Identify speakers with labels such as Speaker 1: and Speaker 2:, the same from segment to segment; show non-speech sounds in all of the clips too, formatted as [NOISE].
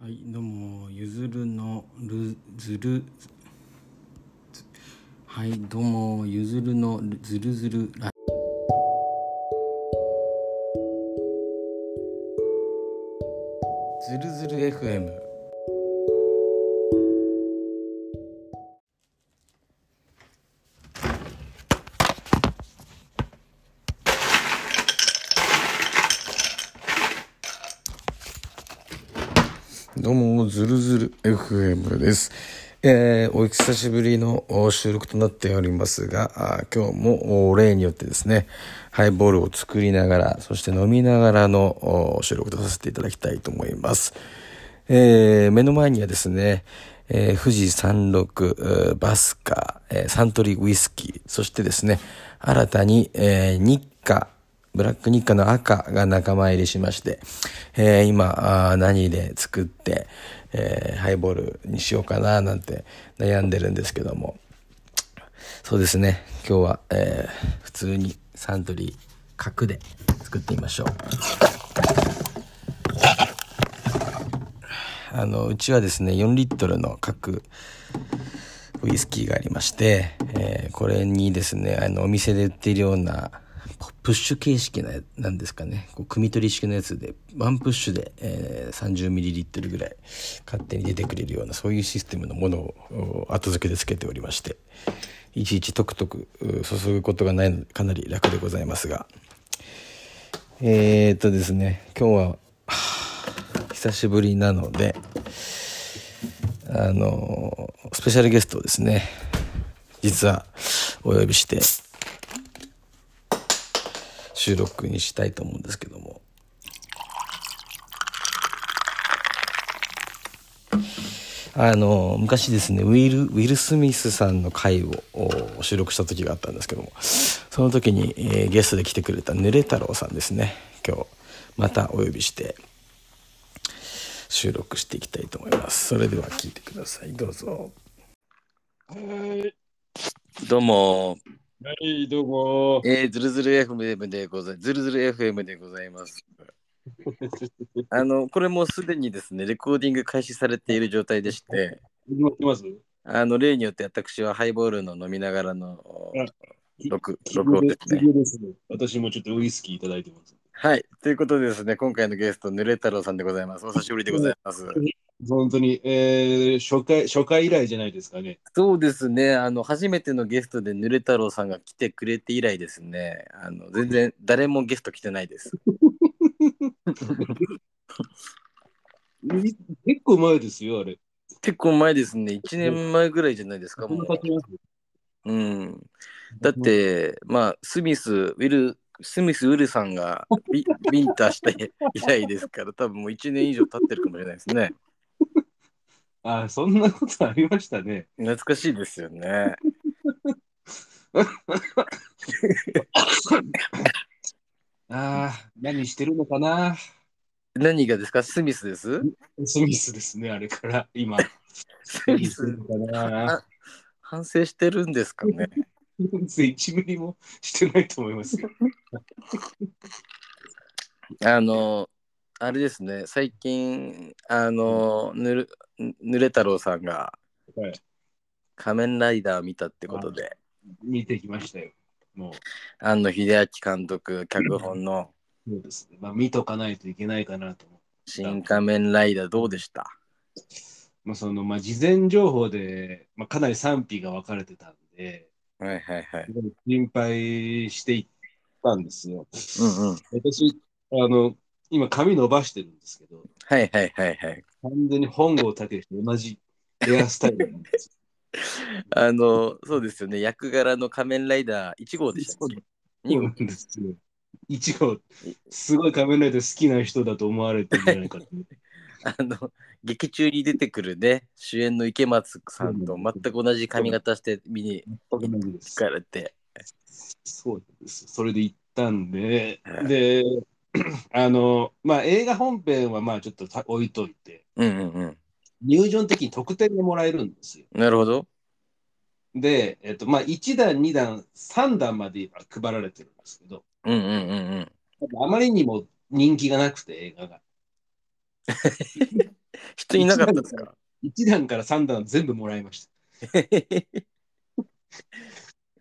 Speaker 1: はい、どうも、ゆずるの、る、ずる、ずはい、どうも、ゆずるの、るずるずるラずるずる FM。
Speaker 2: どうも、ズルズル FM です。えーお久しぶりのお収録となっておりますが、あー今日もお例によってですね、ハイボールを作りながら、そして飲みながらのお収録とさせていただきたいと思います。えー目の前にはですね、えー富士山麓、えーバスカ、えーサントリーウイスキー、そしてですね、新たに、えー日課、ブラック日課の赤が仲間入りしまして、えー今あー何で作って、えーハイボールにしようかななんて悩んでるんですけどもそうですね今日は、えー普通にサントリー角で作ってみましょうあのうちはですね4リットルの角ウイスキーがありまして、えーこれにですね、あの、お店で売っているような、ポプッシュ形式な、なんですかね。こう、組み取り式のやつで、ワンプッシュで、えー 30ml ぐらい、勝手に出てくれるような、そういうシステムのものを、お後付けでつけておりまして、いちいちトクトク、う注ぐことがないので、かなり楽でございますが。えー、っとですね、今日ははあ、久しぶりなので、あの、スペシャルゲストをですね、実はお呼びして、収録にしたいと思うんですけども。あの、昔ですね、ウィル、ウィル・スミスさんの回をお収録した時があったんですけども、その時に、えーゲストで来てくれたぬれ太郎さんですね、今日、またお呼びして、収録していきたいと思います。それでは聞いてください。どうぞ。
Speaker 3: はい、
Speaker 2: どうも、
Speaker 3: はい、どうも。
Speaker 2: えー、ずるずる FM でございます。ずるずる FM でございます。あの、これもうすでにですね、レコーディング開始されている状態でして、
Speaker 3: 始まってます
Speaker 2: あの、例によって私はハイボールの飲みながらの
Speaker 3: はい
Speaker 2: 録録音ですね。
Speaker 3: 急ですね。私もちょっとウイスキーいただいてます。
Speaker 2: はい、ということでですね、今回のゲスト、ぬれ太郎さんでございます。お久しぶりでございます。
Speaker 3: 本当に、えー、初回、初回以来じゃないですかね。
Speaker 2: そうですね、あの、初めてのゲストでぬれ太郎さんが来てくれて以来ですね、あの、全然誰もゲスト来てないです。
Speaker 3: い結構前ですよ、あれ。
Speaker 2: 結構前ですね、1年前ぐらいじゃないですか、
Speaker 3: そん
Speaker 2: も
Speaker 3: な
Speaker 2: う。
Speaker 3: 経ちます
Speaker 2: うん、だっ、て、まあ、スミス、ウィル、スミス・ウィルさんが [LAUGHS] ビビンタして以来ですから、多分もう1年以上経ってるかもしれないですね。
Speaker 3: あ、そんなことありましたね。
Speaker 2: 懐かしいですよね。
Speaker 3: ああ、何してるのかな。
Speaker 2: 何がですかスミスです
Speaker 3: スミスですね、あれから、今。
Speaker 2: スミ
Speaker 3: 何してる
Speaker 2: ス、
Speaker 3: のかな。
Speaker 2: 反省してるんですかね
Speaker 3: 1ミリもしてないと思いますよ。
Speaker 2: あの、あれですね、最近、あの、ぬるぬれ太郎さんが
Speaker 3: はい
Speaker 2: 仮面ライダーを見たってことで、
Speaker 3: 見てきましたよ。もう。
Speaker 2: 庵野秀明監督、脚本の
Speaker 3: そうですね。まあ、見とかないといけないかなと思う。
Speaker 2: 新仮面ライダーどうでした
Speaker 3: まあ、その、まあ、事前情報で、まあ、かなり賛否が分かれてたんで、
Speaker 2: はいはいはい。
Speaker 3: 心配していったんですよ。
Speaker 2: うんうん。
Speaker 3: 私、あの、今、髪伸ばしてるんですけど、
Speaker 2: はいはいはいはい。
Speaker 3: 完全に本郷武と同じヘアスタイルなんです
Speaker 2: あの、そうですよね。役柄の仮面ライダー1号でしたっけ2
Speaker 3: よ。そう
Speaker 2: 号。
Speaker 3: なんですよ。一応、すごい仮面ライダー好きな人だと思われてるんじゃないかと。
Speaker 2: あの、劇中に出てくるね、主演の池松さんと全く同じ髪型して見に
Speaker 3: 僕同じです
Speaker 2: 行。かれて。
Speaker 3: そうです。それで行ったんで
Speaker 2: は、い
Speaker 3: で、 [CLEARS THROAT] あの、まあ、映画本編はまあちょっとた置いといて、
Speaker 2: うんうんうん。
Speaker 3: 入場の時に特典がもらえるんですよ。
Speaker 2: なるほど。
Speaker 3: で、えっと、まあ、1段、2段、3段まで今配られてるんですけど、
Speaker 2: うんうんうんうん。
Speaker 3: あまりにも人気がなくて、映画が。
Speaker 2: 一人いなかったですか
Speaker 3: 1段から3段全部もらいまし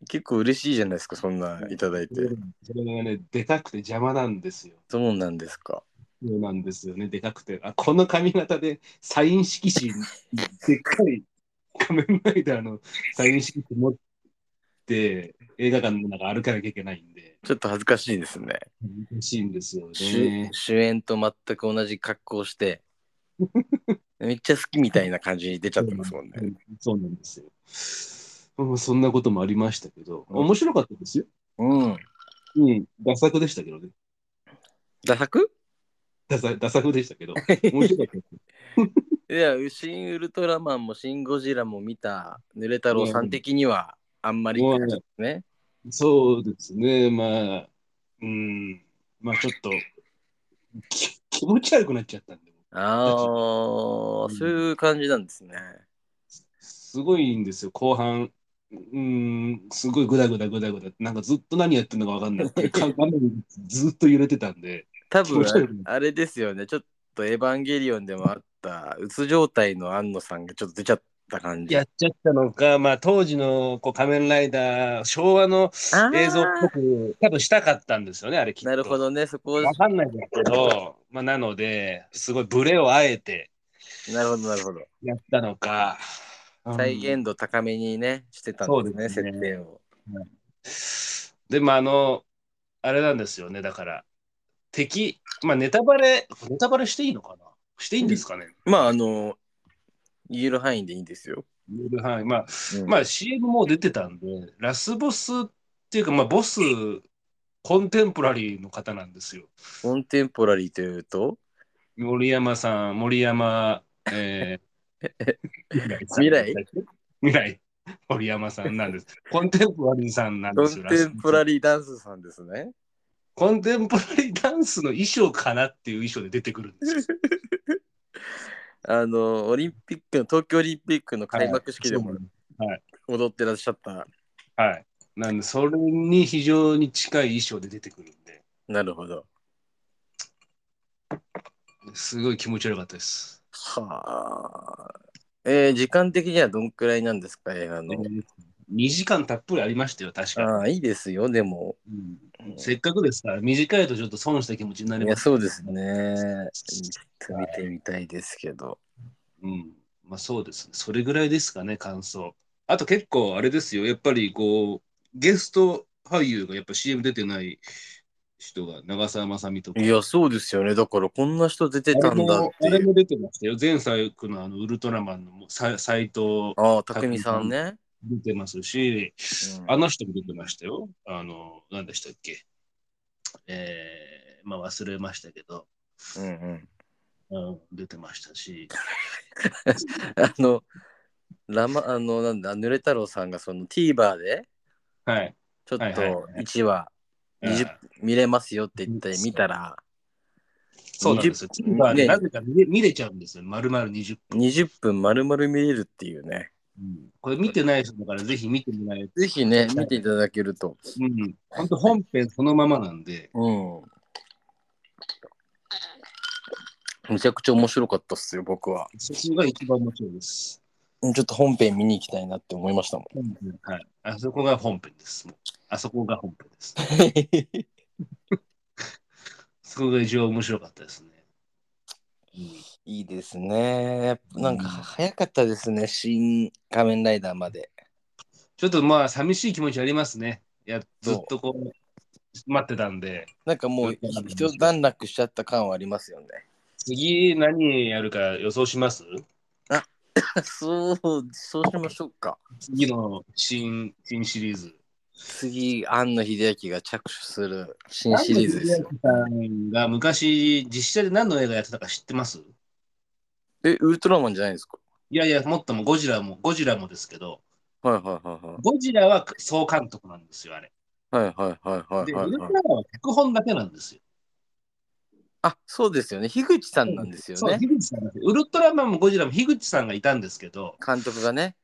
Speaker 2: 結構嬉しいじゃないですか、そんないただい
Speaker 3: た。
Speaker 2: て。
Speaker 3: それがね、でかくて邪魔なんですよ。
Speaker 2: そうなんですか。
Speaker 3: そうなんですよね、でかくて。あ、この髪型でサイン色紙、でっかい仮面ライダーのサイン色紙持って、映画館の中歩かなきゃいけないんで、
Speaker 2: ちょっと恥ずかしいですね。
Speaker 3: 難しいんですよ
Speaker 2: 主
Speaker 3: ね。
Speaker 2: 主演と全く同じ格好を [LAUGHS] して、めっちゃ好きみたいな感じに出ちゃってますもんね。
Speaker 3: そうなんですよ。うんそんなこともありましたけど、面白かったですよ。
Speaker 2: うん。
Speaker 3: うん、ダサ作でしたけどね。
Speaker 2: ダサく
Speaker 3: ダサダサ作でした [LAUGHS] けど、面白かったです。
Speaker 2: いや、シン・ウルトラマンもシン・ゴジラも見た、ぬれ太郎さん的にはあんまりって感じですね。
Speaker 3: そうですね、まあ、うん、まあちょっと、き気持ち悪くなっちゃったんで、
Speaker 2: ああ、そういう感じなんですね。
Speaker 3: すごいんですよ、後半。うん、すごいグダグダグダグダ、なんかずっと何やってるのかわかんないっていうか [LAUGHS] 画面ずっと揺れてたんで、
Speaker 2: 多
Speaker 3: 気持ち悪
Speaker 2: 分
Speaker 3: い
Speaker 2: あれですよね、ちょっとエヴァンゲリオンでもあった、うつ状態の安野さんがちょっと出ちゃった感じ。
Speaker 3: やっちゃったのか、まあ当時のこう仮面ライダー、昭和の
Speaker 2: あー
Speaker 3: 映像っぽく、多分したかったんですよね、あれきっと。
Speaker 2: なるほどね、そこ、
Speaker 3: わかんないんだけど、まあなので、すごいブレをあえて
Speaker 2: なるほど、なるほど。
Speaker 3: やったのか。うん
Speaker 2: 再現度高めにね、してたんですね、
Speaker 3: そうですね
Speaker 2: 設定を。
Speaker 3: でもあの、あれなんですよね、だから、敵、まあネタバレ、ネタバレしていいのかなしていいんですかね、
Speaker 2: まあ、あの、言える範囲でいいんですよ。
Speaker 3: はい、まあ、
Speaker 2: うん
Speaker 3: まあ CM も出てたんで、ラスボスっていうか、まあボス、コンテンポラリーの方なんですよ。
Speaker 2: コンテンポラリーというと、
Speaker 3: 森山さん、森山、えー
Speaker 2: 未来
Speaker 3: 未来、森山さんなんです。コンテンポラリーさんなん
Speaker 2: コ
Speaker 3: で
Speaker 2: ン
Speaker 3: すよ。
Speaker 2: テンポラ
Speaker 3: リー。
Speaker 2: リーダンスさんですね。
Speaker 3: コンテンポラリーダンスの衣装かなっていう衣装で出てくるんですよ。
Speaker 2: あの、オリンピックの、東京オリンピックの開幕式でも
Speaker 3: はい
Speaker 2: 踊ってらっしゃった。
Speaker 3: はい。なんで、それに非常に近い衣装で出てくるんで、
Speaker 2: なるほど。
Speaker 3: すごい気持ち悪かったです。
Speaker 2: はあ。えー時間的にはどんくらいなんですか、映画の。
Speaker 3: 2時間たっぷりありましたよ、確か
Speaker 2: ああ、いいですよ、でも。
Speaker 3: に。せっかくですから、短いとちょっと損した気持ちにないり
Speaker 2: や、
Speaker 3: ます。
Speaker 2: そうですね。ちょっと見てみたいですけど。
Speaker 3: うん。まあそうですね。それぐらいですかね、感想。あと結構あれですよ、やっぱりこう、ゲスト俳優がやっぱ CM 出てない人が長澤まさみとか。
Speaker 2: いや、そうですよね。だから、こんな人出てたんだって
Speaker 3: あれもあれ
Speaker 2: いう。
Speaker 3: も出てましたよ。前作のあのウルトラマンの斎藤
Speaker 2: ああ、たくみさんね。
Speaker 3: 出てますし、
Speaker 2: うん
Speaker 3: あの人も出てましたよ。あの、何でしたっけ。えー、まあ忘れましたけど、
Speaker 2: うんうん。
Speaker 3: うん、出てましたし。
Speaker 2: あの、ラマ、あの、なんだ、ぬれ太郎さんがその TVer で、
Speaker 3: はい。
Speaker 2: ちょっと
Speaker 3: はいはいはいはい
Speaker 2: 1話20見れますよって言って見たら、
Speaker 3: そうなんですよ。
Speaker 2: 20
Speaker 3: TVer で
Speaker 2: ね
Speaker 3: なぜか見れ見れちゃうんですよ。丸々20分。
Speaker 2: 20分丸々見れるっていうね。
Speaker 3: うんこれ見てない人だからぜひ見てもらえる。
Speaker 2: ぜひね、見ていただけると。
Speaker 3: うん。本当本編そのままなんで。
Speaker 2: うん。めちゃくちゃ面白かったっすよ、僕は。
Speaker 3: そこが一番面白いです。
Speaker 2: ちょっと本編見に行きたいなって思いましたもん。
Speaker 3: はい。あそこが本編です。もうあそこが本編です。そこが一番面白かったですね。
Speaker 2: いいですね。なんか
Speaker 3: うん
Speaker 2: 早かったですね、新仮面ライダーまで。
Speaker 3: ちょっとまあ、寂しい気持ちありますね。いや、
Speaker 2: そう
Speaker 3: ずっとこう、待ってたんで、
Speaker 2: なんかもう一段落しちゃった感はありますよね。
Speaker 3: 次何やるか予想します
Speaker 2: [LAUGHS] そう、そうしましょうか。
Speaker 3: 次の新、新シリーズ。
Speaker 2: 次、庵野秀明が着手する新シリーズですよ。
Speaker 3: 安藤秀明さんが昔、実写で何の映画やってたか知ってます
Speaker 2: え、ウルトラマンじゃないですか
Speaker 3: いやいや、もっともゴジラも、ゴジラもですけど、
Speaker 2: はいはいはいはい。
Speaker 3: ゴジラは総監督なんですよ、あれ。
Speaker 2: はいはいはいはい
Speaker 3: で、
Speaker 2: は
Speaker 3: ウ
Speaker 2: い
Speaker 3: ル
Speaker 2: は
Speaker 3: ト
Speaker 2: い。
Speaker 3: ラマンは脚本だけなんですよ。
Speaker 2: あ、そうですよね。樋口さんなんですよ
Speaker 3: そう、
Speaker 2: ね。
Speaker 3: 樋口さんなんですよウルトラマンもゴジラも樋口さんがいたんですけど、
Speaker 2: 監督がね。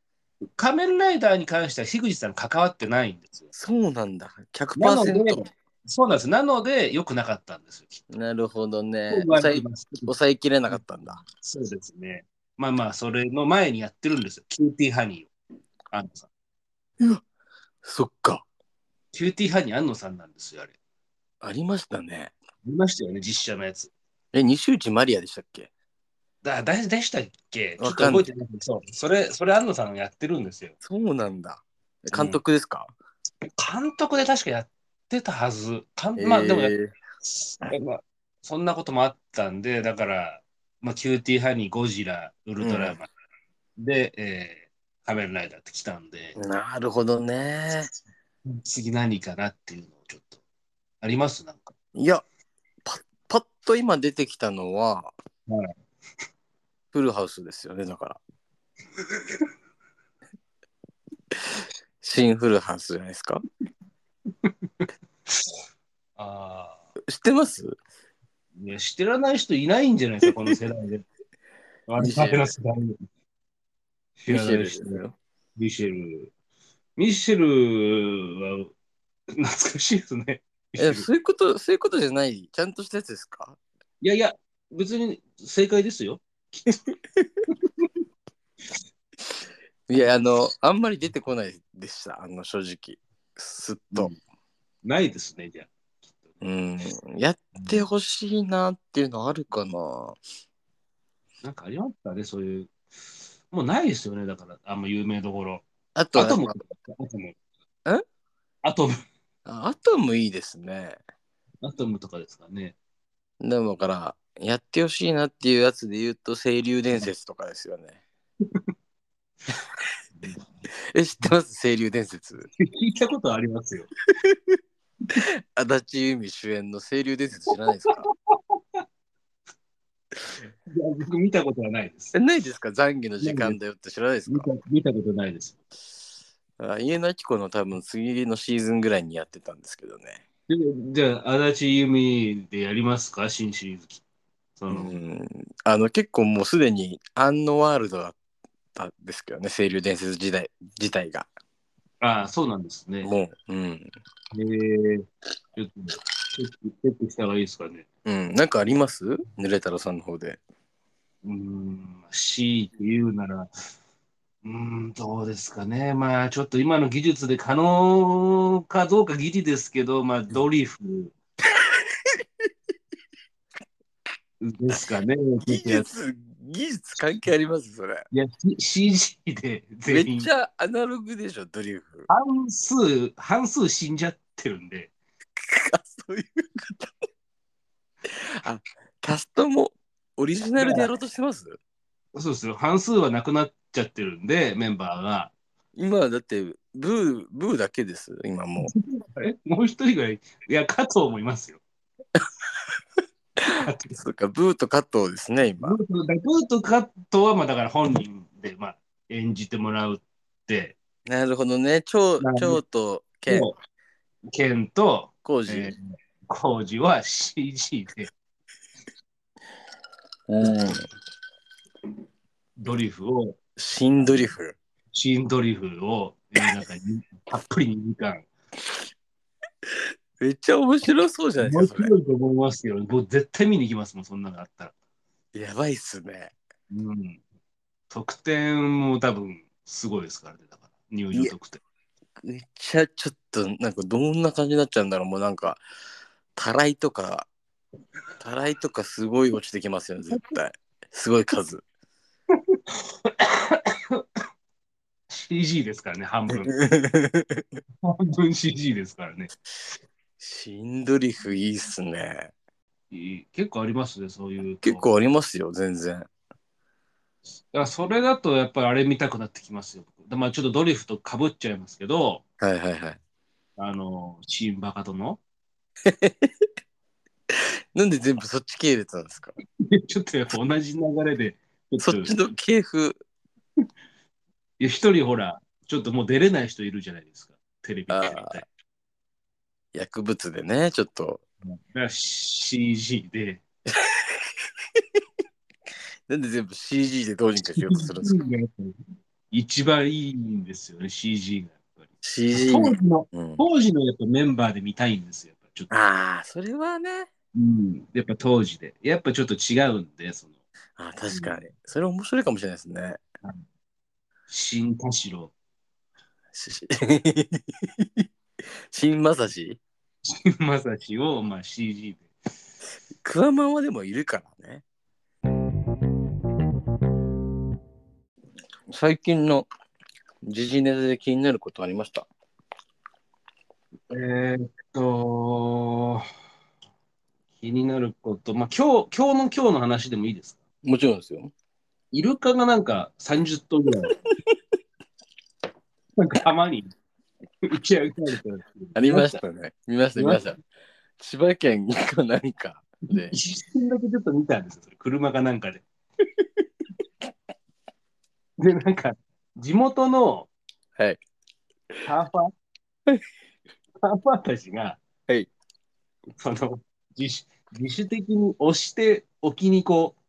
Speaker 3: 仮面ライダーに関しては樋口さん関わってないんですよ。
Speaker 2: そうなんだ。
Speaker 3: なので
Speaker 2: 100%。
Speaker 3: そうなんです。なので、良くなかったんですよ。きっと
Speaker 2: なるほどね
Speaker 3: そう言わ
Speaker 2: 抑
Speaker 3: れて
Speaker 2: え。
Speaker 3: ます
Speaker 2: 抑えきれなかったんだ。
Speaker 3: そうですね。まあまあ、それの前にやってるんですよ。キューティーハニーを。安野さん。
Speaker 2: そっか。
Speaker 3: キューティーハニー安野さんなんですよ、あれ。
Speaker 2: ありましたね。
Speaker 3: 見ましたよね、実写のやつ。
Speaker 2: え、西内まりやでしたっけ
Speaker 3: だ、だでしたっけちょ
Speaker 2: わ
Speaker 3: っと
Speaker 2: かんな
Speaker 3: 覚
Speaker 2: い
Speaker 3: えてないけど、そう。それ、それ安野さんがやってるんですよ。
Speaker 2: そうなんだ。監督ですか、
Speaker 3: 監督で確かやってたはず。かん
Speaker 2: えー
Speaker 3: まあ、でもやっまあそんなこともあったんで、だから、まあ、キューティーハニー、ゴジラ、ウルトラマン、で、えー仮面ライダーって来たんで、
Speaker 2: なるほどね。
Speaker 3: 次何かなっていうのをちょっと、ありますなんか。
Speaker 2: いや、パッ、パッと今出てきたのは、
Speaker 3: は
Speaker 2: フルハウスですよね、だから。 [LAUGHS] 新フルハウスじゃないですか
Speaker 3: ああ。
Speaker 2: 知ってます
Speaker 3: いや、知らない人いないんじゃないですか、この世代
Speaker 2: [LAUGHS]
Speaker 3: で。あれ、
Speaker 2: ミシェル
Speaker 3: 彼の世代で知
Speaker 2: ミ
Speaker 3: ら
Speaker 2: シ
Speaker 3: な
Speaker 2: ェル
Speaker 3: い
Speaker 2: で
Speaker 3: 人
Speaker 2: すよ。
Speaker 3: ミシェル。ミシェルは、懐かしいですね。ミシェ
Speaker 2: え、
Speaker 3: ル
Speaker 2: そういうこと、そういうことじゃない、ちゃんとしたやつですか
Speaker 3: いやいや、別に正解ですよ。
Speaker 2: いや、あの、あんまり出てこないでした、あの、正直。すっと。
Speaker 3: ないですね、じゃあ。
Speaker 2: うん、やってほしいなっていうのあるかな。
Speaker 3: なんかありましたね、そういう。もうないですよね、だから、あんま有名どころ。
Speaker 2: あと
Speaker 3: ア
Speaker 2: は
Speaker 3: トム。アトム。
Speaker 2: え
Speaker 3: アトム。
Speaker 2: あアトムいいですね。
Speaker 3: アトムとかですかね。
Speaker 2: でもだから、やってほしいなっていうやつで言うと、清流伝説とかですよね。え、知ってます清流伝説。
Speaker 3: 聞いたことありますよ。
Speaker 2: 足立由美主演の清流伝説知らない [LAUGHS] ですか
Speaker 3: いや僕見たことはないです
Speaker 2: え。ないですか懺悔の時間だよって知らないです
Speaker 3: 見
Speaker 2: か
Speaker 3: た見たことないです。
Speaker 2: あ家の明子の多分次のシーズンぐらいにやってたんですけどね。
Speaker 3: でじゃあ、足立由美でやりますか、新シリーズ。そうの、
Speaker 2: ん、あの結構もうすでにアンノワールドだったんですけどね清流伝説時代自体が
Speaker 3: ああ、そうなんですね。
Speaker 2: もう、うん
Speaker 3: えー、ちょっと、チェックチェックした方がいいですかね。
Speaker 2: うん、なんかあります濡れ太郎さんの方で
Speaker 3: うーん、強いて言うなら、うーん、どうですかね。まあ、ちょっと今の技術で可能かどうかギリですけど、まあ、ドリフ。ですかね。
Speaker 2: 技術技術関係ありますそれ
Speaker 3: いや、C- CG で
Speaker 2: め
Speaker 3: 全
Speaker 2: っ
Speaker 3: 員
Speaker 2: ち、ゃアナログでしょドリフ
Speaker 3: 半数、半数死んじゃってるんで、
Speaker 2: あそういうことあキャストもオリジナルでやろうとしてます
Speaker 3: そうですよ。半数はなくなっちゃってるんで、メンバーが。
Speaker 2: 今はだってブーブーだけです今もう
Speaker 3: え、もう一人ぐらい、いや、加藤もいま
Speaker 2: [LAUGHS]
Speaker 3: すよ。
Speaker 2: そっかブーと加藤ですね今
Speaker 3: ブートブートカットは、まあ、だから本人で、まあ、演じてもらうって、
Speaker 2: なるほどね。蝶
Speaker 3: なるほ
Speaker 2: 蝶と剣
Speaker 3: もうケンと、
Speaker 2: 工事。
Speaker 3: えー、コージは CG で
Speaker 2: うん。
Speaker 3: ドリフを、
Speaker 2: 新ドリフ。
Speaker 3: 新ドリフを、えー、なんかにたっぷり2時間。
Speaker 2: めっちゃ面白 [LAUGHS] そうじゃないで
Speaker 3: 面
Speaker 2: すか、そ
Speaker 3: 白いと思いますけど、僕絶対見に行きますもん、そんなのあったら。
Speaker 2: れ。やばいっすね。
Speaker 3: うん。得点も多分、すごいですからね、だから、入場得点。
Speaker 2: めっちゃちょっと、なんかどんな感じになっちゃうんだろう。もうなんか、たらいとか、たらいとかすごい落ちてきますよね、絶対。すごい数。
Speaker 3: CG ですからね、半分。
Speaker 2: [LAUGHS]
Speaker 3: 半分 CG ですからね。
Speaker 2: 新ドリフいいっすね。
Speaker 3: いい結構ありますね、そういうと。
Speaker 2: 結構ありますよ、全然。
Speaker 3: だからそれだとやっぱりあれ見たくなってきますよ。でまあ、ちょっとドリフとかぶっちゃいますけど、
Speaker 2: はいはいはい。
Speaker 3: あの、チームバカ殿。 [LAUGHS]
Speaker 2: なんで全部そっち系列なんですか
Speaker 3: ちょっとやっぱ同じ流れで、ち
Speaker 2: そ
Speaker 3: ょ
Speaker 2: っ
Speaker 3: っと、
Speaker 2: ち
Speaker 3: い
Speaker 2: の系譜。
Speaker 3: や一人ほら、ちょっともう出れない人いるじゃないですか、テレビでみたいな。
Speaker 2: あー
Speaker 3: だか
Speaker 2: 薬物でね、ちょっと。
Speaker 3: ら CG で、
Speaker 2: なんで全部 CG でどうにかしようとするんですか
Speaker 3: 一番いいんですよね、CG がやっぱり。
Speaker 2: ?CG
Speaker 3: 当時の、
Speaker 2: うん、
Speaker 3: 当時のやっぱメンバーで見たいんですよ、やっぱちょっと。
Speaker 2: ああ、それはね。
Speaker 3: うん、やっぱ当時で。やっぱちょっと違うんで、その、
Speaker 4: あ確かに。それ面白いかもしれないですね。
Speaker 3: 新田代。 [LAUGHS]
Speaker 4: しし新まさし
Speaker 3: 新正志を、まあ、CG で。
Speaker 4: クワマンはでもいるからね。最近の時事ネタで気になることありました
Speaker 3: えーっと、気になること、まあ、今日、今日の今日の話でもいいですか
Speaker 4: もちろんですよ。
Speaker 3: イルカがなんか30頭ぐらい、 [LAUGHS] なんかたまに打ち上げられてる
Speaker 4: ありましたね。見ました、見ました。千葉県かなんかで。
Speaker 3: 一瞬だけちょっと見たんですよ、それ車かなんかで。 [LAUGHS] で、なんか、地元の
Speaker 4: はい。
Speaker 3: サーファー、サーファーたちが、
Speaker 4: はい
Speaker 3: その自主、自主的に押して、沖にこう、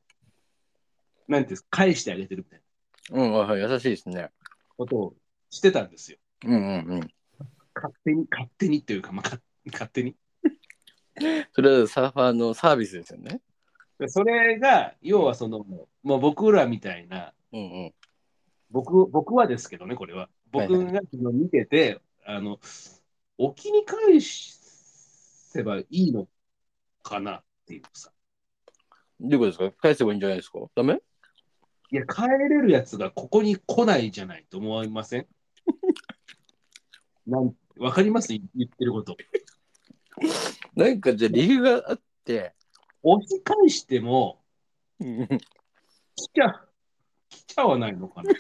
Speaker 3: なんていうんですか、返してあげてるみたいな
Speaker 4: うん、はい、優しいですね。
Speaker 3: ことをしてたんですよ。
Speaker 4: うんうんうん。
Speaker 3: 勝手に、勝手にっていうか、まあ、か勝手に。
Speaker 4: それはサーファーのサービスですよね。
Speaker 3: でそれが、要はその、もう僕らみたいな、
Speaker 4: うんうん。
Speaker 3: 僕僕はですけどね、これは。僕
Speaker 4: はい
Speaker 3: がその見てて、あの、沖に返せばいいのかなっていうさ。
Speaker 4: どういうことですか返せばいいんじゃないですかダメ
Speaker 3: いや、帰れるやつがここに来ないじゃないと思いま
Speaker 4: [LAUGHS]
Speaker 3: せんなんわかります言ってること。
Speaker 4: なんかじゃあ理由があって、
Speaker 3: 押し返しても、
Speaker 4: うんうん
Speaker 3: 来ちゃ、来ちゃわないのかな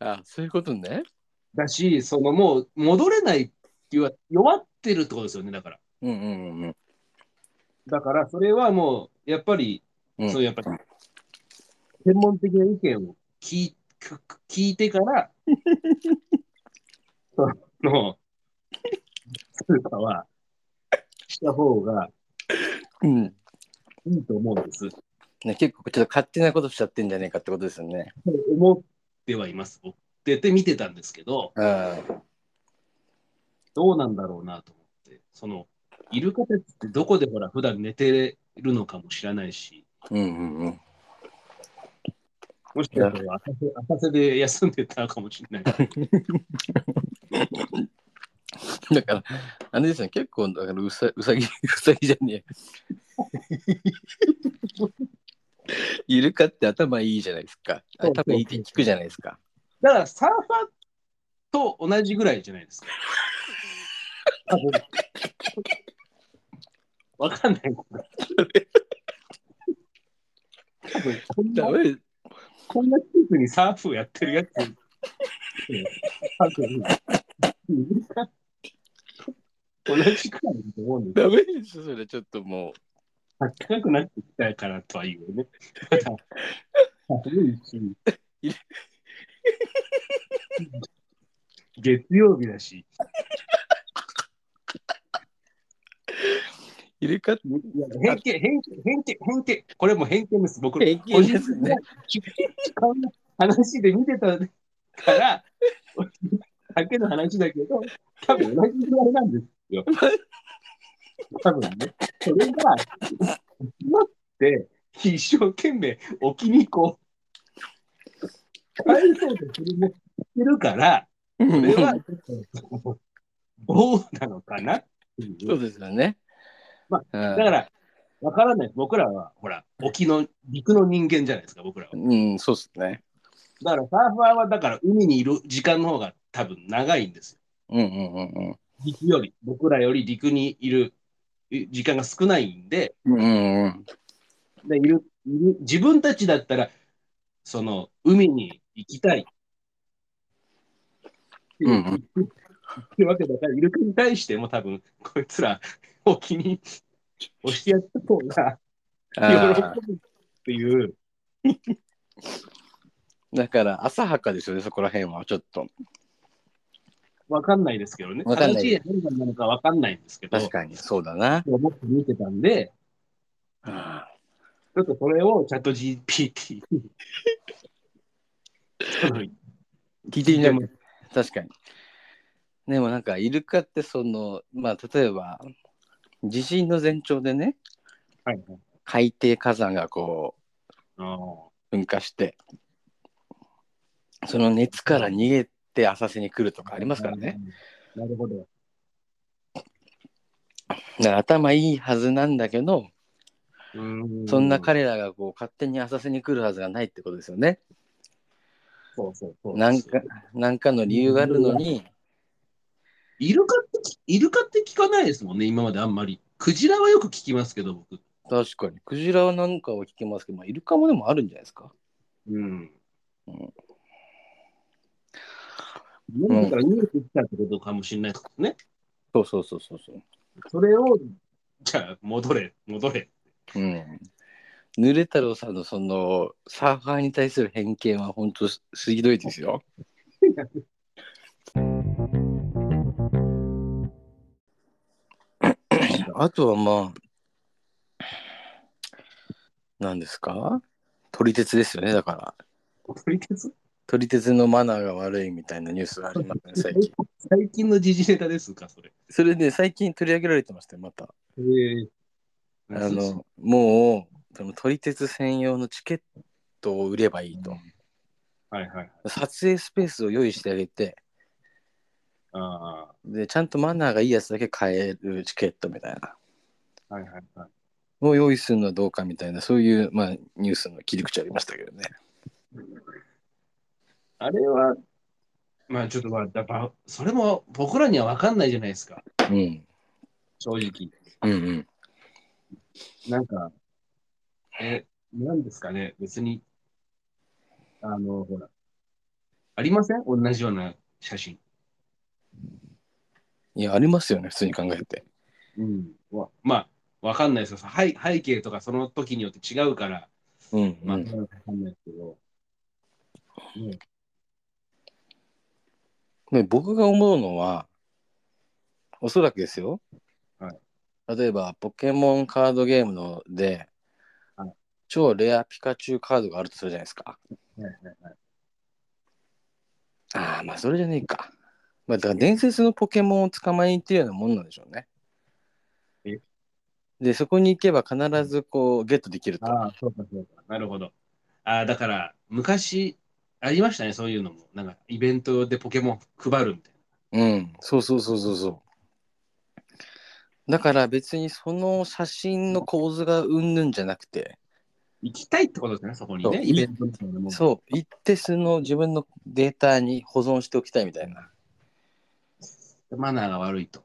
Speaker 4: あそういうことね。
Speaker 3: だし、そのもう戻れないっていう、弱ってるってことですよね、だから。
Speaker 4: うんうんうんうん。
Speaker 3: だから、それはもう、やっぱり、
Speaker 4: うん
Speaker 3: そう、やっぱり、専門的な意見を聞いく聞いて
Speaker 4: [LAUGHS]
Speaker 3: から、その、通貨は、した方が
Speaker 4: うん
Speaker 3: いいと思うんです。
Speaker 4: ね、結構ちょっと勝手なことしちゃってんじゃねえかってことですよね。
Speaker 3: 思ってはいます。思ってて見てたんですけど、
Speaker 4: あ
Speaker 3: どうなんだろうなと思って、その、イルカたちってどこでほら、普段寝てるのかも知らないし、
Speaker 4: うんうんうん。
Speaker 3: もしかしたら浅瀬浅瀬で休んでたかもしれない。
Speaker 4: [LAUGHS] だから、あれですね、結構、だからうさうさぎ、 [LAUGHS] うさぎじゃねえ。イルカって頭いいじゃないですか。
Speaker 3: そうそう
Speaker 4: 頭いいって聞くじゃないですか。
Speaker 3: だからサーファーと同じぐらいじゃないです
Speaker 4: [LAUGHS]
Speaker 3: か。多分わかんない。多分こん
Speaker 4: ダ
Speaker 3: な
Speaker 4: メ
Speaker 3: こんなチーズにサーフやってるやつ。多分同じくらいだと思うんです
Speaker 4: ダメでしょ、それちょっとも
Speaker 3: 高くなってきたからとは言う
Speaker 4: [LAUGHS]
Speaker 3: ね。ただ、寒いし。月曜日だし。
Speaker 4: う。イルカって
Speaker 3: いや偏見、偏見、偏見、偏見。これも偏見です。僕の
Speaker 4: 偏見ですね。
Speaker 3: こんな話で見てたから、だけの話だけど、多分同じぐらいなんですよ。多分ね。それが、待って、一生懸命沖にこう、帰りそうとするねしてるから、それは、どうなのかなっていう。
Speaker 4: そうですよね。
Speaker 3: ま
Speaker 4: あ
Speaker 3: だから、わからない。僕らは、ほら、沖の、陸の人間じゃないですか、僕らは。
Speaker 4: うん、そうっすね。
Speaker 3: だから、サーファーは、だから、海にいる時間の方が多分長いんですよ。
Speaker 4: うんうんうん
Speaker 3: 陸より、僕らより陸にいるい時間が少ないんで、
Speaker 4: うん。うんうん
Speaker 3: でいるいる自分たちだったら、その、海に行きたい。ってい
Speaker 4: うんうん
Speaker 3: ってわけだから、イルカに対しても多分、こいつら、沖に押してやった方が、
Speaker 4: あー
Speaker 3: 喜ぶっていう。
Speaker 4: だから、浅はかですよね、そこら辺は、ちょっと。
Speaker 3: わかんないですけどね。
Speaker 4: わかん
Speaker 3: 正
Speaker 4: ない
Speaker 3: しい判断なのかわかんないんですけど、
Speaker 4: 確かに、そうだな。
Speaker 3: 思って見てたんで、
Speaker 4: あ
Speaker 3: ちょっとそれをチャット GPT に。その
Speaker 4: ー聞い
Speaker 3: [LAUGHS]
Speaker 4: てみても、確かに。でもなんか、イルカって、その、まあ、例えば、地震の前兆でね、
Speaker 3: はいはい。
Speaker 4: 海底火山がこ
Speaker 3: あ
Speaker 4: う噴火してその熱から逃げて浅瀬に来るとかありますからね。
Speaker 3: あ。なるほど。
Speaker 4: だから頭いいはずなんだけどそんな
Speaker 3: か
Speaker 4: 彼らがこう勝手に浅瀬に来るはずがないってことですよね。
Speaker 3: そうそうそう。
Speaker 4: なんかなんかの理由があるのに
Speaker 3: イルカって、イルカって聞かないですもんね、今まであんまり。クジラはよく聞きますけど、僕。
Speaker 4: 確かにクジラなんかは聞けますけど、まあ、イルカもでもあるんじゃないですか。
Speaker 3: うん。
Speaker 4: うん
Speaker 3: なんか見えてきたってことかもしれないですね。
Speaker 4: そうそうそうそうそう。
Speaker 3: それを、じゃあ、戻れ、戻れ。
Speaker 4: うん。濡れ太郎さんのそのサーファーに対する偏見は本当すひどいですよ。 [LAUGHS] あとはまあ何ですか撮り鉄ですよねだから
Speaker 3: 取り消す
Speaker 4: 撮り鉄のマナーが悪いみたいなニュースがありますね最近
Speaker 3: 最近の時事ネタですか、それ。
Speaker 4: それで最近取り上げられてましたよまた
Speaker 3: え
Speaker 4: あのもうその撮り鉄専用のチケットを売ればいいと、
Speaker 3: はいはい。
Speaker 4: 撮影スペースを用意してあげて
Speaker 3: あ
Speaker 4: でちゃんとマナーがいいやつだけ買えるチケットみたいな
Speaker 3: あ、はいはいはい。
Speaker 4: のを用意するのはどうかみたいなそういう、まあ、ニュースの切り口ありましたけどね
Speaker 3: あれは、まあちょっとまあ、やっぱ、それも僕らには分かんないじゃないですか、
Speaker 4: うん
Speaker 3: 正直。
Speaker 4: うんうん
Speaker 3: なんか、え、なんですかね、別に、あの、ほら、ありません同じような写真。
Speaker 4: いやありますよね普通に考えて
Speaker 3: うん。わまあ、分かんないですよ。背背景とかその時によって違うから、
Speaker 4: うん、う
Speaker 3: まあ、
Speaker 4: ん、
Speaker 3: 分かんないですけど、
Speaker 4: で僕が思うのはおそらくですよ、
Speaker 3: は
Speaker 4: 例えばポケモンカードゲームの
Speaker 3: は
Speaker 4: で、
Speaker 3: い
Speaker 4: 超レアピカチュウカードがあるとするじゃないですか
Speaker 3: はいはいはい。
Speaker 4: ああまあそれじゃねえかまあだから伝説のポケモンを捕まえに行ってるようなもんなんでしょうね
Speaker 3: え
Speaker 4: でそこに行けば必ずこうゲットできると
Speaker 3: ああ、そうかそうか。なるほど。ああ、だから、昔、ありましたね、そういうのも。なんか、イベントでポケモン配るみたいな。
Speaker 4: うん、そうそうそうそうそう。だから別にその写真の構図がうんぬんじゃなくて、
Speaker 3: 行きたいってことですね、そこに
Speaker 4: そ
Speaker 3: ね。
Speaker 4: う
Speaker 3: イベントみたいなもん
Speaker 4: そう、一定数の自分のデータに保存しておきたいみたいな。
Speaker 3: マナーが悪いと。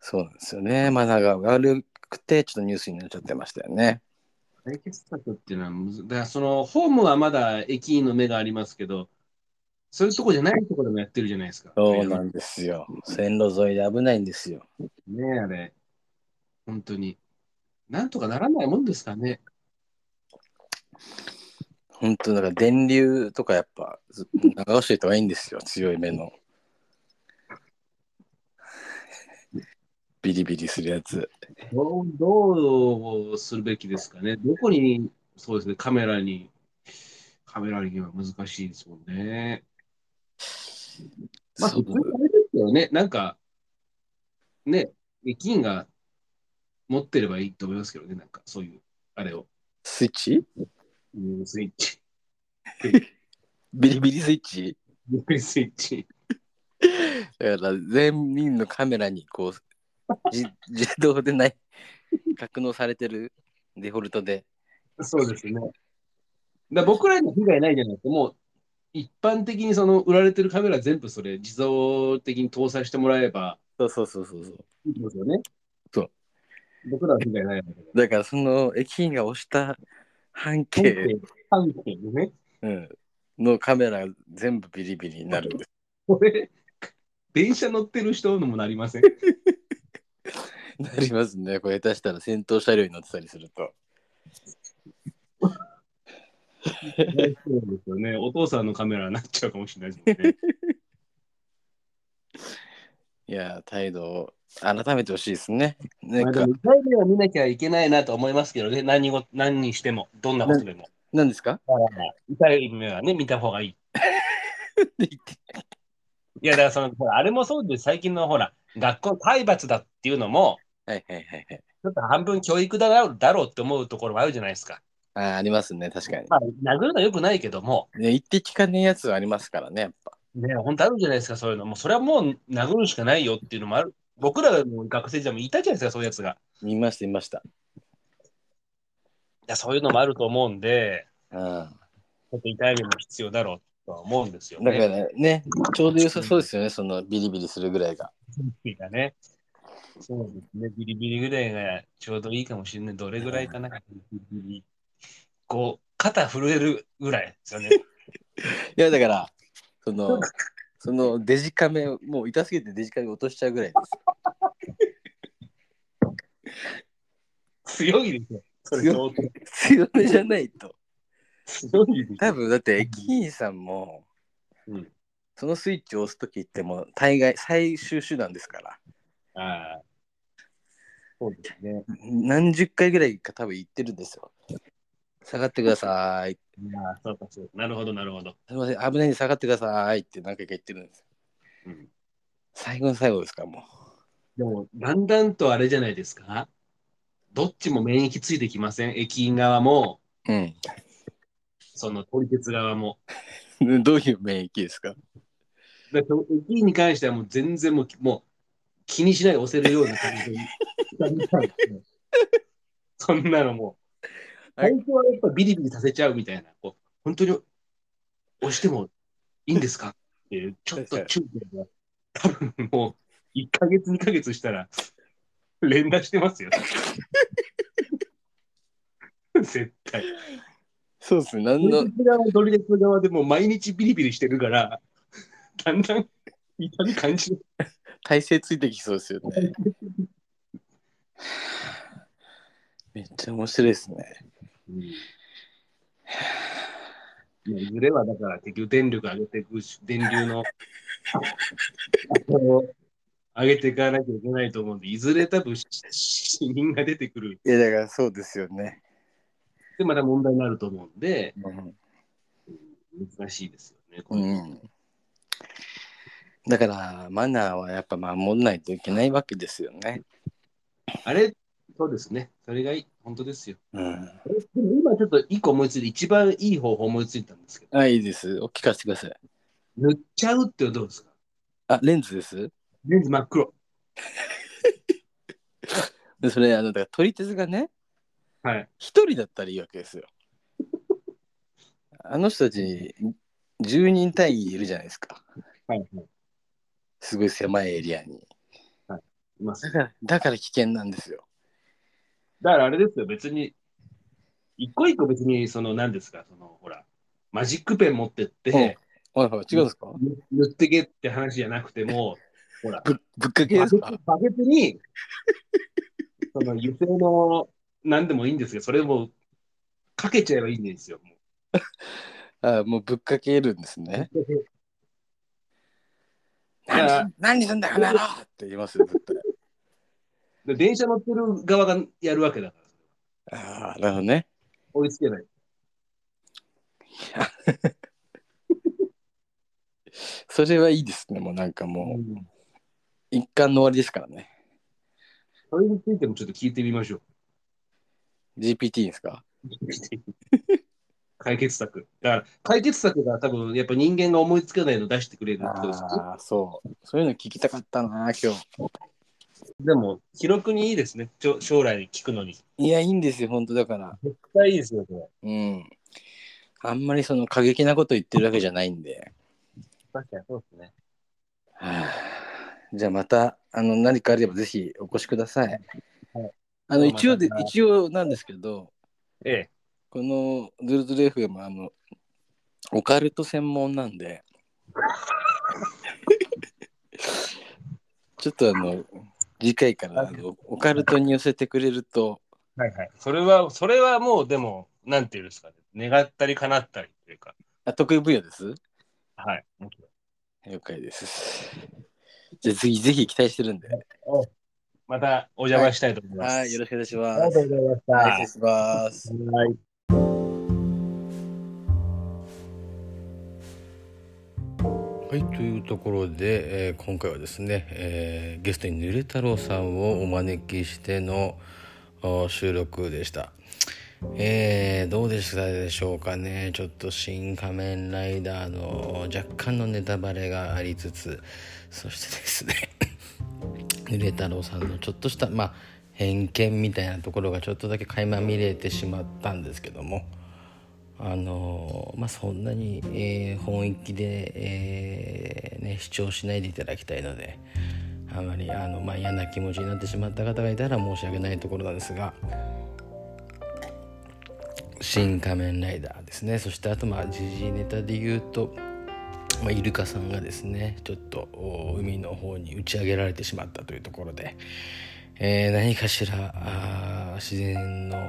Speaker 4: そうなんですよね。マナーが悪くて、ちょっとニュースになっちゃってましたよね。
Speaker 3: 解決策っていうのはむず、だからそのホームはまだ駅員の目がありますけど、そういうとこじゃないとこでもやってるじゃないですか。
Speaker 4: そうなんですよ。線路沿いで危ないんですよ。
Speaker 3: ねえ、あれ。本当に。なんとかならないもんですかね。
Speaker 4: 本当だから電流とかやっぱず流しといた方がいいんですよ。強い目の。 [LAUGHS] ビリビリするやつ。
Speaker 3: どうどうするべきですかね。どこに、そうですね、カメラに、カメラには難しいですもんね。まあ、
Speaker 4: そう
Speaker 3: 普通にあれですよね。なんか、ね、駅員が持ってればいいと思いますけどね、なんかそういう、あれを。
Speaker 4: スイッチ
Speaker 3: うんスイッチ。
Speaker 4: ビリビリスイッチ
Speaker 3: ビリスイッチ。
Speaker 4: だから全員のカメラにこうじ [LAUGHS] 自動でない格納されてるデフォルトで
Speaker 3: そうですね。だから僕らには被害ないじゃないですか。もう、一般的にその売られてるカメラ全部それ、自動的に搭載してもらえば
Speaker 4: そうそうそうそうそう
Speaker 3: いいですよね。
Speaker 4: そう。
Speaker 3: 僕らは被害ないわけで。
Speaker 4: だからその駅員が押した半径、
Speaker 3: 半径でね。
Speaker 4: うん、のカメラ全部ビリビリになるんです
Speaker 3: これ、電車乗ってる人のもなりません。
Speaker 4: なりますねこれ下手したら先頭車両に乗ってたりすると
Speaker 3: そうですよね。お父さんのカメラになっちゃうかもしれない [LAUGHS] ですもんね。
Speaker 4: いやー態度を改めてほしいですねな
Speaker 3: ま
Speaker 4: ん
Speaker 3: あ
Speaker 4: か
Speaker 3: でも、一回目は見なきゃいけないなと思いますけどね。何を、何にしても、どんなことでも。 [LAUGHS]
Speaker 4: 何ですか
Speaker 3: 痛い目はね、見た方がいい。
Speaker 4: って言って
Speaker 3: いや、だからその、ほらあれもそうです。最近のほら、学校体罰だっていうのも、
Speaker 4: はいはいはいはい
Speaker 3: そょっと半分教育だろうだろうって思うところもあるじゃないですか。
Speaker 4: あーありますね、確かに。
Speaker 3: まあ、殴るのはよくないけども、
Speaker 4: ね、言って聞かねえやつはありますからね、やっぱ。
Speaker 3: ね、本当あるじゃないですか、そういうの。もうそれはもう殴るしかないよっていうのもある。僕らも学生時代もいたじゃないですか、そういうやつが。
Speaker 4: 見ました、見ました。
Speaker 3: いやそういうのもあると思うんで、
Speaker 4: うん。
Speaker 3: ちょっと痛い目も必要だろうとは思うんですよ
Speaker 4: だか
Speaker 3: ね。
Speaker 4: らね、ねちょうど良さそうですよね、そのビリビリするぐらいが。
Speaker 3: がね。そうですね、ビリビリぐらいがちょうどいいかもしれない。どれぐらいかな。ビリビリこう、肩震えるぐらいですよね。
Speaker 4: いや、だから、その、そのデジカメ、もう痛すぎてデジカメ落としちゃうぐらいです。
Speaker 3: 強いですよ。それ
Speaker 4: 強強めじゃないと。
Speaker 3: 強いです
Speaker 4: 多分だって駅員さんも、
Speaker 3: うん
Speaker 4: そのスイッチを押す時ってもう大概最終手段ですから
Speaker 3: ああ。そうですね。
Speaker 4: 何十回ぐらいか多分言ってるんですよ下がってください
Speaker 3: ああ、そうか、そうか。なるほど、なるほど。
Speaker 4: すいません危ないんで下がってくださいって何回か言ってるんですよ、
Speaker 3: うん
Speaker 4: 最後の最後ですからも
Speaker 3: でも、だんだんとあれじゃないですか。どっちも免疫ついてきません。駅員側も、
Speaker 4: ううん
Speaker 3: その、取り鉄側も。
Speaker 4: ねどういう免疫ですか
Speaker 3: だから駅員に関してはもう全然もう、もう気にしないで押せるような感じでだんだん [LAUGHS] そんなのもう、
Speaker 4: はい
Speaker 3: 本当はやっぱビリビリさせちゃうみたいな、こう本当に押してもいいんですかっていう、ちょっと注意が、多分もう1ヶ月、2ヶ月したら、連打してますよ。 [LAUGHS] 絶対。
Speaker 4: そうですね何
Speaker 3: ド
Speaker 4: の
Speaker 3: リル側ドリル側でもう毎日ビリビリしてるから、だんだん痛み感じる。
Speaker 4: 体勢ついてきそうですよね [LAUGHS] めっちゃ面白いですね
Speaker 3: うんいや、ズレはだから結局電力上げていくし、電流
Speaker 4: [LAUGHS]
Speaker 3: の上げていかなきゃいけないと思うんで、いずれ多分し死人が出てくる。
Speaker 4: いやだからそうですよね、
Speaker 3: で、また問題になると思うんで、
Speaker 4: うん
Speaker 3: 難しいですよね。これ
Speaker 4: うんだからマナーはやっぱ守らないといけないわけですよね。
Speaker 3: あれ、そうですね。それがいい。本当ですよ。
Speaker 4: うん、
Speaker 3: でも今ちょっと一個思いついて、一番いい方法思いついたんですけど、
Speaker 4: あいいです。お聞かせてください。
Speaker 3: 塗っちゃうってどうですか
Speaker 4: あレンズです。
Speaker 3: レンズ真っ黒。
Speaker 4: でそれあのだから撮り鉄がね
Speaker 3: はい。
Speaker 4: 一人だったらいいわけ [LAUGHS] ですよ。あの人たち10人単位いるじゃないですか。
Speaker 3: はい、はい。
Speaker 4: すごい狭いエリアに。
Speaker 3: います
Speaker 4: だ。からだから危険なんですよ。
Speaker 3: だからあれですよ、別に、一個一個別に、その、何ですか、その、ほら、マジックペン持ってって、
Speaker 4: はいはい違うんですか
Speaker 3: ぬ塗ってけって話じゃなくても、
Speaker 4: ぶぶっかけ
Speaker 3: バケ
Speaker 4: です
Speaker 3: ツ
Speaker 4: か
Speaker 3: バケツに、その、油性の、何でもいいんですけど、それも、かけちゃえばいいんですよ。も
Speaker 4: あもうぶっかけるんですね。
Speaker 3: う
Speaker 4: 何す何すんだよこの野郎って言いますよ絶対。
Speaker 3: で電車乗ってる側がやるわけだから、
Speaker 4: ああ、なるほどね。
Speaker 3: 追いつけない。
Speaker 4: それはいいですね。もうなんかもう、一貫の終わりですからね。
Speaker 3: それについてもちょっと聞いてみましょう。
Speaker 4: GPT ですか
Speaker 3: [LAUGHS] 解決策。だから、解決策が多分、やっぱ人間が思いつかないの出してくれるってことですよね
Speaker 4: ああ、そう。そういうの聞きたかったな、今日。
Speaker 3: でも、記録にいいですね。ちょ将来聞くのに。
Speaker 4: いや、いいんですよ、本当だから。
Speaker 3: 絶対いいですよ、これ。
Speaker 4: うん。あんまりその過激なこと言ってるわけじゃないんで。
Speaker 3: 確かにそうですね。
Speaker 4: はあじゃあまた、あの、何かあればぜひお越しください。
Speaker 3: はい
Speaker 4: あの、一応で
Speaker 3: お待、ち
Speaker 4: 一応なんですけど、
Speaker 3: ええ。
Speaker 4: このズルズル FM、あの、オカルト専門なんで、 [LAUGHS] ちょっとあの、次回からあのオカルトに寄せてくれると、
Speaker 3: はいはい。それは、それはもう、でも、なんていうんですかね。願ったり叶ったりというか。
Speaker 4: あ、得意分野です
Speaker 3: はい。
Speaker 4: 了解です。じゃあ次、ぜひ期待してるんで。
Speaker 3: また、お邪魔したいと思います。
Speaker 4: はい、よろしくお願いしま
Speaker 3: ありがと
Speaker 4: す。
Speaker 3: うございました。
Speaker 4: はい失礼します。
Speaker 3: はい
Speaker 1: はい、というところで、えー今回はですね、えーゲストにぬれ太郎さんをお招きしての、
Speaker 2: お収録でした。えー、どうでしたでしょうかね。ちょっと新仮面ライダーの若干のネタバレがありつつ、そしてですね、 [LAUGHS] ぬれ太郎さんのちょっとした、まあ、偏見みたいなところがちょっとだけ垣間見れてしまったんですけども、あのまあそんなに、えー本域で、えーね、主張しないでいただきたいのであまりあの、まあ、嫌な気持ちになってしまった方がいたら申し訳ないところなんですが「新仮面ライダー」ですねそしてあとまあ時事ネタで言うと、まあ、イルカさんがですねちょっとお海の方に打ち上げられてしまったというところで。えー何かしらあー自然の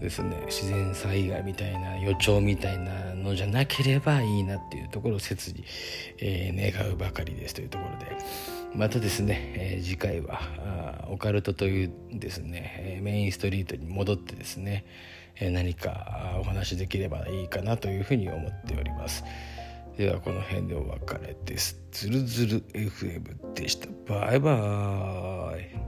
Speaker 2: ですね自然災害みたいな予兆みたいなのじゃなければいいなっていうところを切に、えー願うばかりですというところでまたですね、えー次回はあーオカルトというですね、えーメインストリートに戻ってですね、えー何かあーお話しできればいいかなというふうに思っております。ではこの辺でお別れです。ズルズル FM でした。バイバーイ。